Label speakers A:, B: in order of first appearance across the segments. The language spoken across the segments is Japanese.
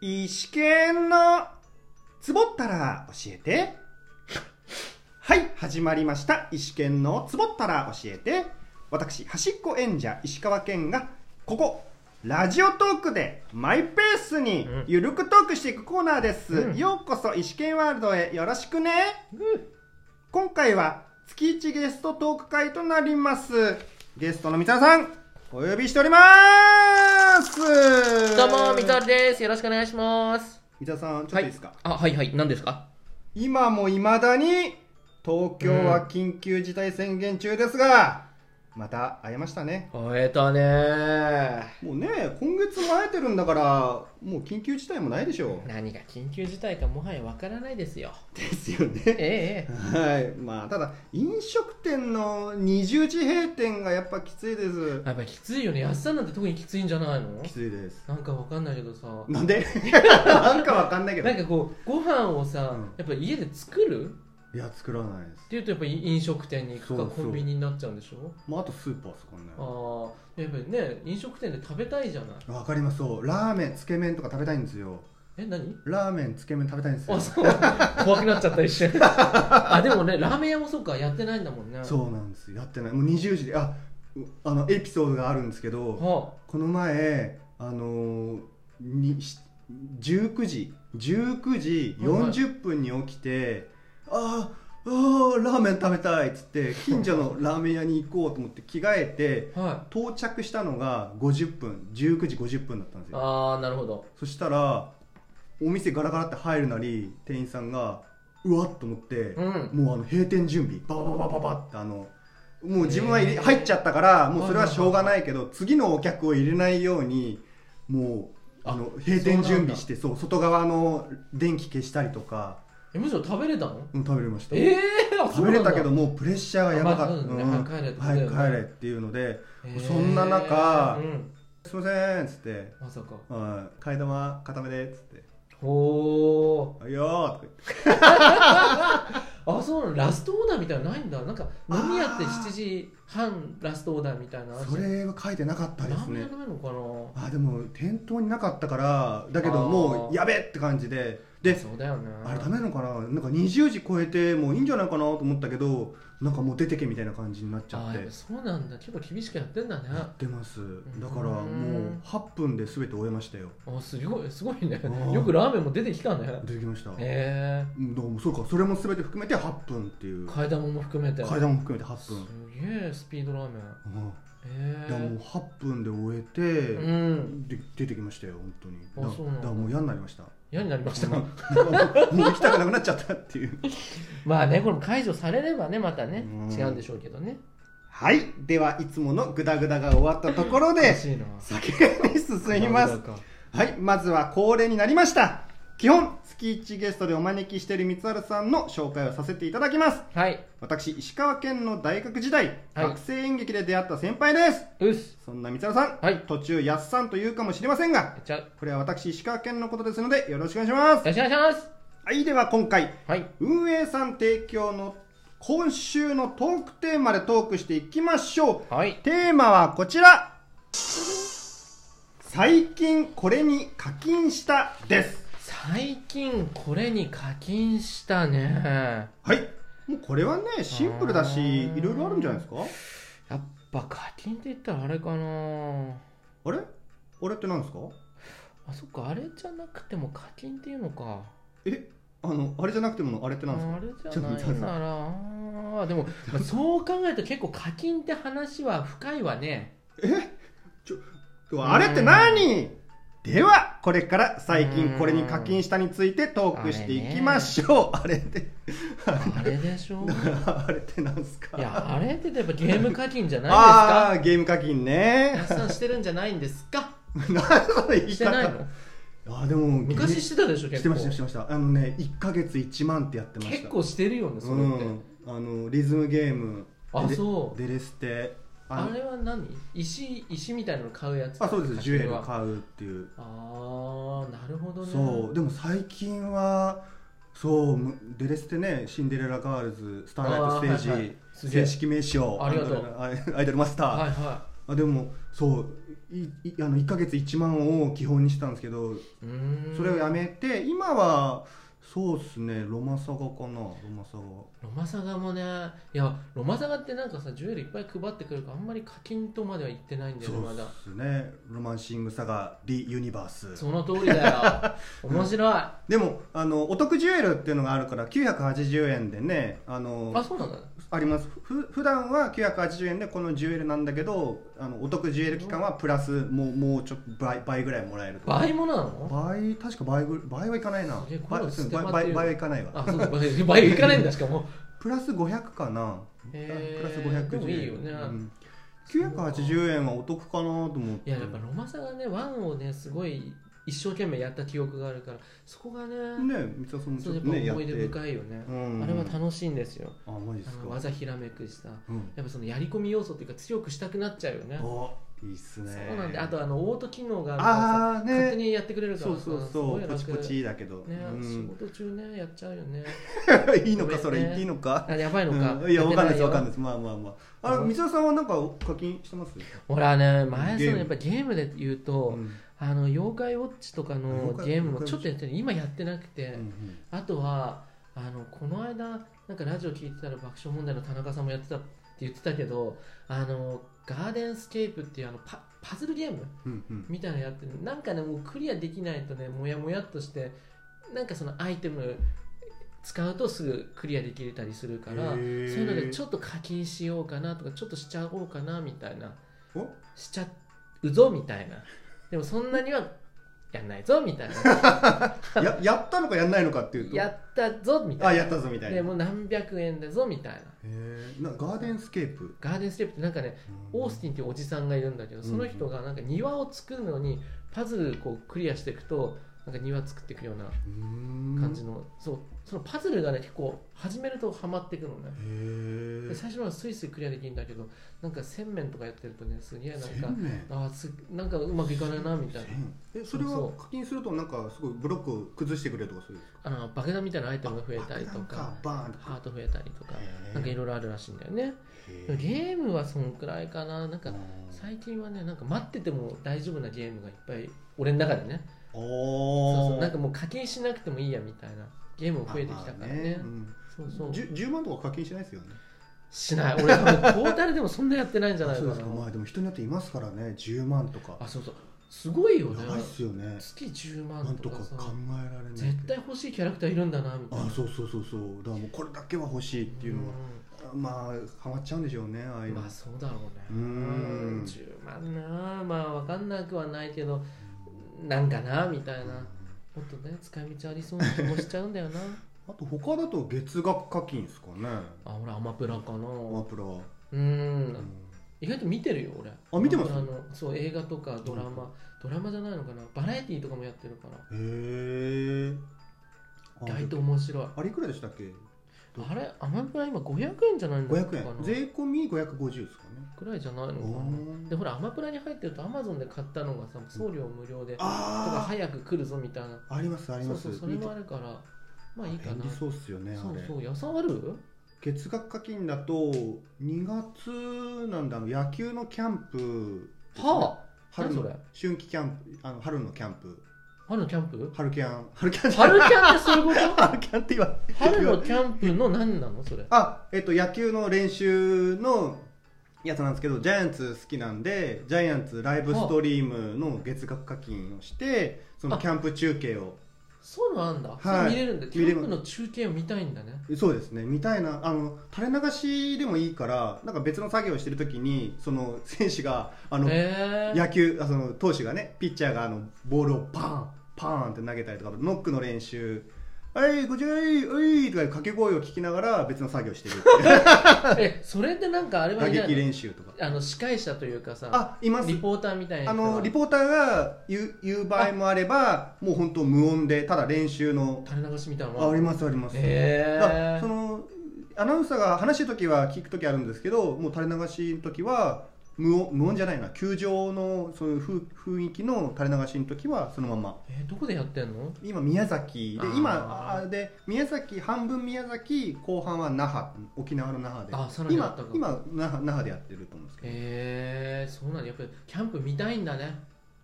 A: 石剣のつぼったら教えてはい始まりました石剣のつぼったら教えて私端っこ演者石川健がここラジオトークでマイペースに
B: うん
A: ゆるくトークしていくコーナーです、
B: うん
A: ようこそ石剣ワールドへよろしくね、今回は月一ゲストトーク会となりますゲストの三田さんお呼びしております
B: どうも、みとるです。よろしくお願いします。
A: 三田さんちょっといいですか、
B: あ、はいはい。何ですか
A: 今もいまだに東京は緊急事態宣言中ですが、また会えましたね
B: 会えたねー。
A: もうね今月も会えてるんだからもう緊急事態もないでしょう
B: 何が緊急事態かもはやわからないですよ。
A: ですよ
B: え
A: ね
B: ええ
A: はいまあただ飲食店の20時閉店がやっぱきついです
B: え。やっぱきついよね。安さんなんて特にきついんじゃないの
A: きついです
B: なんかわかんないけどさ。
A: なんで なんかわかんないけど
B: なんかこう、ご飯をさ、
A: うん
B: やっぱ家で作る
A: いや作らないです
B: っていうとやっぱ飲食店に行く
A: そ
B: か
A: うそ
B: コ
A: う
B: ンビニになっちゃうんでしょ
A: まああとスーパーですかね
B: ああ、やっぱりね、飲食店で食べたいじゃない。
A: わかりますそうラーメンつけ麺とか食べたいんですよ
B: え、何
A: ラーメンつけ麺食べたいんですよ
B: あ、そう。怖くなっちゃった一 瞬。あ、でもね、ラーメン屋もそうか、やってないんだもんね。
A: そうなんですよやってないもう20時であうあのエピソードがあるんですけど
B: は
A: この前あのーにし19時19時40分に起きて、あーあーラーメン食べたいっつって近所のラーメン屋に行こうと思って着替えて
B: あ、はい。
A: 到着したのが50分19時50分だったんですよ
B: ああ、なるほど。
A: そしたらお店ガラガラって入るなり店員さんがうわっと思って、
B: うん。
A: もうあの閉店準備ババババババってあのもう自分は入れ
B: へー
A: 入っちゃったからもうそれはしょうがないけど次のお客を入れないようにもうあの閉店準備してそう外側の電気消したりとか
B: え、むしろ食べれたの
A: うん食べれました
B: ええー、あ
A: 食べれたけど
B: そう
A: もうプレッシャーがやばかった、
B: あまあそうだね
A: うん
B: 早く帰れってことだ
A: 早
B: よね
A: く帰れっていうので
B: なんだ
A: そんな中
B: えーうん。
A: 「すいません」っつって
B: まさか。
A: 「はい替え玉固めで」っつって
B: ほ
A: 「
B: ー。
A: はいよ」とか言って
B: あ、そうなのラストオーダーみたいなのないんだ。なんか、
A: あー
B: 飲み屋って7時半ラストオーダーみたいなのあるじゃ
A: そ
B: ん。
A: れは書いてなかったで
B: ラ
A: す
B: ーメン
A: ね
B: 屋ないのかな
A: あでも店頭になかったからだけども
B: あ
A: う
B: ー
A: やべって感じでで
B: そうだよね。
A: あれダメなのかななんか20時超えてもういいんじゃないかなと思ったけどなんかもう出てけみたいな感じになっちゃ
B: あ
A: っ
B: ー
A: て
B: やっぱそうなんだ。結構厳しくやってんだね。
A: やってますだから
B: う
A: もうん8分で全て終えましたよ
B: あ、すごい、すごいね
A: あー。
B: よくラーメンも出てきたね。
A: 出てきましたう
B: え
A: んどうもそうかそれも全て含めて8分っていう
B: ー。替え玉も含めて。
A: 階段も含めて8
B: す
A: 分
B: げえスピードラーメ
A: う
B: ン。
A: ん
B: え
A: いやもう8分で終え
B: え
A: て
B: うん。
A: で出てきましたよ本当に
B: あ
A: だ
B: そうなんだ
A: だからもう嫌になりました
B: 嫌になりました。
A: うんなんかもうもう行きたくなくなっちゃったっていう
B: まあね、これも解除されればね、またね
A: うん、
B: 違うんでしょうけどね。
A: はいではいつものグダグダが終わったところで
B: 嬉しいな。
A: 酒に進みます
B: か。
A: はいまずは恒例になりました基本月1ゲストでお招きしている三原さんの紹介をさせていただきます
B: はい。
A: 私石川県の大学時代、
B: はい
A: 学生演劇で出会った先輩です
B: うっす。
A: そんな三原さん
B: はい。
A: 途中やっさんと言うかもしれませんが
B: じゃあ、
A: これは私石川県のことですのでよろしくお願いします
B: よろしくお願いします。
A: はいでは今回
B: はい。
A: 運営さん提供の今週のトークテーマでトークしていきましょう
B: はい。
A: テーマはこちら最近これに課金したです
B: 最近これに課金したね。
A: はいもうこれはねシンプルだ
B: あ
A: し
B: ー
A: いろいろあるんじゃないですか
B: やっぱ課金って言ったらあれかな。
A: あれあれって何ですか
B: あ、そっか、あれじゃなくても課金っていうのか。
A: えあのあれじゃなくてものあれって何ですか
B: あれじゃないなら。あーでも、まあそう考えると結構課金って話は深いわね。
A: うわあれって何ではこれから最近これに課金したについてトークしていきましょうあれって
B: あれでしょ
A: あれって 何ですか
B: いや、あれってやっぱゲーム課金じゃ
A: あ
B: ない
A: あーゲーム課金ね
B: ですか安さんしてるんじゃないんですか
A: 何その言い
B: してない
A: 方
B: の
A: あでも
B: 昔してたでしょ、
A: し
B: 結
A: て
B: 構。
A: ましたしてましたあのね1か月1万ってやってました
B: 結構してるよね、それ
A: う
B: って。
A: んあのリズムゲーム
B: あ、
A: デレ
B: そう。
A: デレステ
B: あ
A: の
B: れは何石、石みたいなの買うやつ
A: あそうですジュエル
B: あ
A: 買うっていう
B: あー、なるほどね。
A: そうでも最近はそうむデレステねシンデレラガールズスターライトステージ、
B: あーはいはいすげえ
A: 正式名称
B: ありがとう
A: アイドルアイドルマスター、
B: はいは
A: あでもそういいあの1ヶ月1万を基本にしてたんですけど
B: うーん
A: それをやめて今はそうっすねロマサガかなロマサガ
B: ロマサガもねいやロマサガってなんかさジュエルいっぱい配ってくるからあんまり課金とまでは言ってないんだよね
A: そう
B: まだ
A: っすねロマンシングサガリ・ユニバース
B: その通りだよ面 白い、
A: でもあのお得ジュエルっていうのがあるから980円でねあの
B: あそうなんだ
A: ありますふ普段は980円でこのジュエルなんだけどあのお得ジュエル期間はプラスもうもうちょっと倍倍ぐらいもらえる
B: 倍ものなの
A: 倍確か倍ぐ倍はいかないな
B: えこ
A: 倍
B: れ
A: うん
B: 捨て
A: 倍
B: まって
A: 倍
B: る
A: 倍はいかないわ
B: あ そうだ倍倍いかないんだしかも
A: プラス500かな
B: へー
A: プラス510円
B: でもいいよね
A: うん、980円はお得かなと思って
B: いややっぱロマサガねワンをねすごい一生懸命やった記憶があるからそこがね
A: ね三沢さんもち
B: そ
A: ょっ
B: うやっ
A: とね
B: ぱ
A: やっ
B: 思
A: て
B: い出深いよね、
A: うん
B: あれは楽しいんですよ
A: あマジです
B: あの
A: か
B: 技ひらめくしさ
A: うん
B: やっぱそのやり込み要素っていうか強くしたくなっちゃうよね
A: おいいっすね
B: そうなんであとあのオート機能があるからさ
A: ああ
B: 勝
A: ね
B: 手にやってくれるか
A: そ
B: ら
A: う
B: さ
A: そう
B: す
A: そ
B: ご
A: う
B: い
A: ポ
B: 楽
A: チポチだけど、
B: ね、
A: うん
B: 仕事中ねやっちゃうよね
A: いいのかそれ言っていいのか
B: あやばいのか、
A: うんいやわかんないですわかんない
B: い
A: ですまあまあまああれ三沢さんはなんか課金してます
B: ほらね前そ
A: ゲーム
B: のやっぱゲームで言うと、
A: うん
B: あの妖怪ウォッチとかの
A: 妖怪
B: ゲームも
A: 妖怪ウォッチ
B: ちょっとやってる今やってなくて、
A: うん
B: あとはあのこの間なんかラジオ聞いてたら爆笑問題の田中さんもやってたって言ってたけどあのガーデンスケープっていうあのパパズルゲーム
A: うんうん
B: みたいなのやってるなんかねもうクリアできないとねもやもやっとしてなんかそのアイテム使うとすぐクリアできれたりするから
A: へ
B: そう
A: ー
B: いうのでちょっと課金しようかなとかちょっとしちゃおうかなみたいな
A: お
B: しちゃうぞみたいなでもそんなにはやんないぞみたいな
A: ややったのかやんないのかっていうと
B: やったぞみた
A: あ
B: いな
A: やったぞみたいな
B: でもう何百円だぞみたいな
A: へえなガーデンスケープ
B: ガーデンステップってなんかねオースティンっていうおじさんがいるんだけどその人がなんか庭を作るのにパズルこうクリアしていくとなんか庭作っていくような感じ
A: の
B: の、そうそのパズルがね結構始めるとハマっていくのね、
A: へ
B: で
A: え
B: 最初はスイスイクリアできるんだけどなんか洗面とかやってるとねすげえなん
A: 1000
B: か
A: 円
B: あーすなんかうまくいかないなみたいな
A: えそれ
B: そ
A: は
B: う
A: 課金するとなんかすごいブロックを崩してくれるとかそういう
B: あの爆弾みたいなアイテムが増えたりと
A: 爆弾
B: か
A: バーンと
B: ハート増えたりとか
A: へー
B: なんかいろいろあるらしいんだよね
A: へー
B: でもゲームはそんくらいかななんか
A: うん
B: 最近はねなんか待ってても大丈夫なゲームがいっぱい俺の中でねそう
A: お
B: そう
A: ー
B: なんかもう課金しなくてもいいやみたいなゲームも増えてきたからね,、
A: あま
B: そうそ
A: あ
B: う
A: ねじゅ 10, 万とか課金しないですよね
B: しない俺多分トータルでもそんなやってないんじゃない
A: あそ
B: か
A: う
B: な
A: ですかまあでも人によっていますからね10万とか
B: あそうそうすごいよね
A: やばいっすよね
B: 月10
A: な
B: 万
A: んと
B: と
A: か
B: かさ
A: 考えられない
B: 絶対欲しいキャラクターいるんだなみたいな
A: あそうそうそうそうだからもうこれだけは欲しいっていうのはまあハマっちゃうんでしょうねああ
B: う
A: い
B: ん
A: うの
B: まあそうだろうね
A: うん
B: 10万なまあ分かんなくはないけどなんかなみたいなもっとね使い道ありそうな気もしちゃうん だよな
A: あと他だと月額課金ですかね
B: あ俺アマプラかな
A: アマプラ、うん
B: うん意外と見てるよ俺
A: あ見てます
B: アマプラのそう映画とかドラマドラマじゃないのかなバラエティーとかもやってるから
A: へえ
B: 意外と面白い
A: あれいくらでしたっけ
B: あれアマプラ今500円じゃないの
A: 500
B: かな
A: 円税込み550ですかね
B: くらいじゃないのか
A: おー
B: なでほらアマプラに入ってるとアマゾンで買ったのがさ送料無料でだか
A: あ
B: ら
A: あ
B: 早く来るぞみたいな
A: ありますあり
B: そ
A: ま
B: う
A: す
B: そうそれもあるからまあいいか
A: 便
B: な
A: 利そうっすよねあ
B: そう
A: れ
B: そう予算ある
A: 月額課金だと2月なんだあの野球のキャンプ
B: は
A: 春の
B: 何それ
A: 春季キャンプあの春のキャンプ
B: あ春のキャンプ
A: 春キャン春キャンじゃない
B: 春キャンってそういうこ
A: 春キャンって言わ
B: と春のキャンプの何なのそれ
A: あえっと野球の練習のやつなんですけどジャイアンツ好きなんでジャイアンツライブストリームの月額課金をしてそのキャンプ中継を
B: そういうのあんだ、
A: い
B: それ見れるんだキ
A: 見れ
B: ャ
A: ま
B: ン
A: す
B: プの中継を見たいんだね
A: そうですねみたいなあの垂れ流しでもいいからなんか別の作業をしてる時にその選手があの
B: へえ
A: 野球あその投手がねピッチャーがあのボールをパンパンって投げたりとかノックの練習「あいこちらいおい」とかいう掛け声を聞きながら別の作業してるって いう
B: えそれってなんかあれは
A: 打
B: いな
A: 撃
B: いの
A: 練習とか
B: あの司会者というかさ
A: あいます
B: リポーターみたいな
A: あ
B: 人が
A: のリポーターが言う言う場合もあればもう本当無音でただ練習の
B: 垂れ流しみたいなの
A: ああり
B: も
A: ますあります、
B: へ
A: だから
B: え
A: そのアナウンサーが話す時は聞く時あるんですけどもう垂れ流しの時は無音無音じゃないな球場のそういうふ雰囲気の垂れ流しの時はそのまま
B: えーどこでやってんの
A: 今宮崎で
B: あー
A: 今あーで宮崎半分宮崎後半は那覇沖縄の那覇で
B: あさらにあっ
A: 今
B: たか
A: 今那覇那覇でやってると思うんですけど、
B: へえそうなんだやっぱりキャンプ見たいんだね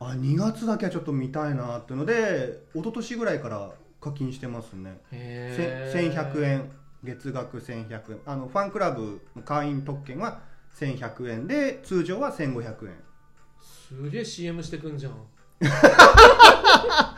A: あ2月だけはちょっと見たいなっていうので一昨年ぐらいから課金してますね、
B: へ
A: せ
B: え
A: 1100円月額1100円あのファンクラブの会員特権は1100円で通常は1500
B: すげえ CM してくんじゃん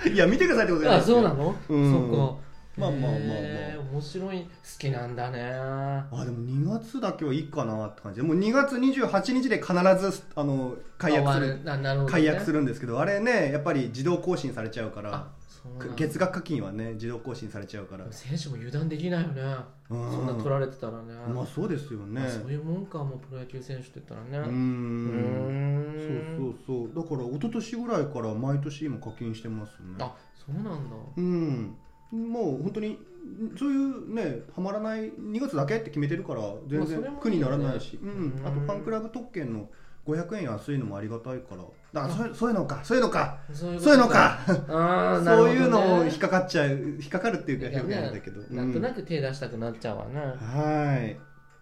A: 円いや見てくださいってことじゃない
B: あ
A: ですよ
B: そうなの、
A: うん
B: そっか
A: まあまあまあまあ
B: へえ面白い好きなんだね
A: あでも2月だけはいいかなって感じでもう2月28日で必ずあの解約す
B: あ
A: る
B: ななるほど、ね、
A: 解約す
B: る
A: るんですけどあれねやっぱり自動更新されちゃうから
B: あそうなんだ
A: 月額課金はね自動更新されちゃうから
B: でも選手も油断できないよね
A: うん
B: そんな取られてたらね
A: まあそうですよね
B: まあそういうもんかもうプロ野球選手って言ったらね
A: うー
B: うん
A: そう
B: ーん
A: そうそうだから一昨年ぐらいから毎年今課金してますね
B: あそうなんだ
A: うんもう本当にそういうねはまらない2月だけって決めてるから全
B: まあそれ
A: 然
B: もいいね
A: 苦にならないし、うん
B: うん
A: あとファンクラブ特権の500円安いのもありがたいからだからそうそういうのかそういうのか
B: そういうこ
A: そういうのか
B: と あーなる
A: そ
B: ほど
A: う
B: ね
A: いうのを引っかかっちゃう引っかかるっていうか表現なんだけど、
B: なんとな
A: く
B: く手出したくなっちゃうわね、
A: はい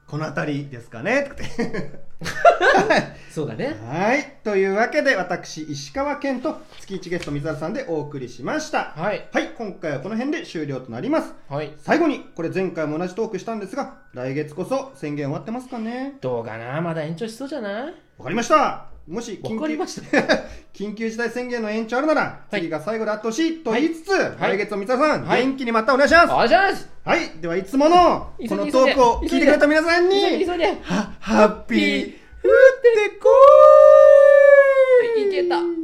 A: この辺りですかね
B: そうだね
A: はい。というわけで、私、石川健と月1ゲスト水原さんでお送りしました。
B: はい
A: はい、今回はこの辺で終了となります。
B: はい
A: 最後に、これ前回も同じトークしたんですが、来月こそ宣言終わってますかね
B: どうかなまだ延長しそうじゃない
A: わかりましたもし
B: わかりました
A: 緊急事態宣言の延長あるなら、
B: はい
A: 次が最後であってほしいと言いつつ、
B: い
A: 来月も水原さん、
B: はい
A: 元気にまたお願いします、
B: あじゃあす
A: はい、ではいつもの、
B: 急い
A: こ
B: で
A: のトークを聞いてくれた皆さん
B: 急いで
A: に、
B: 急いで
A: はハッピー、降ってこーい
B: いけた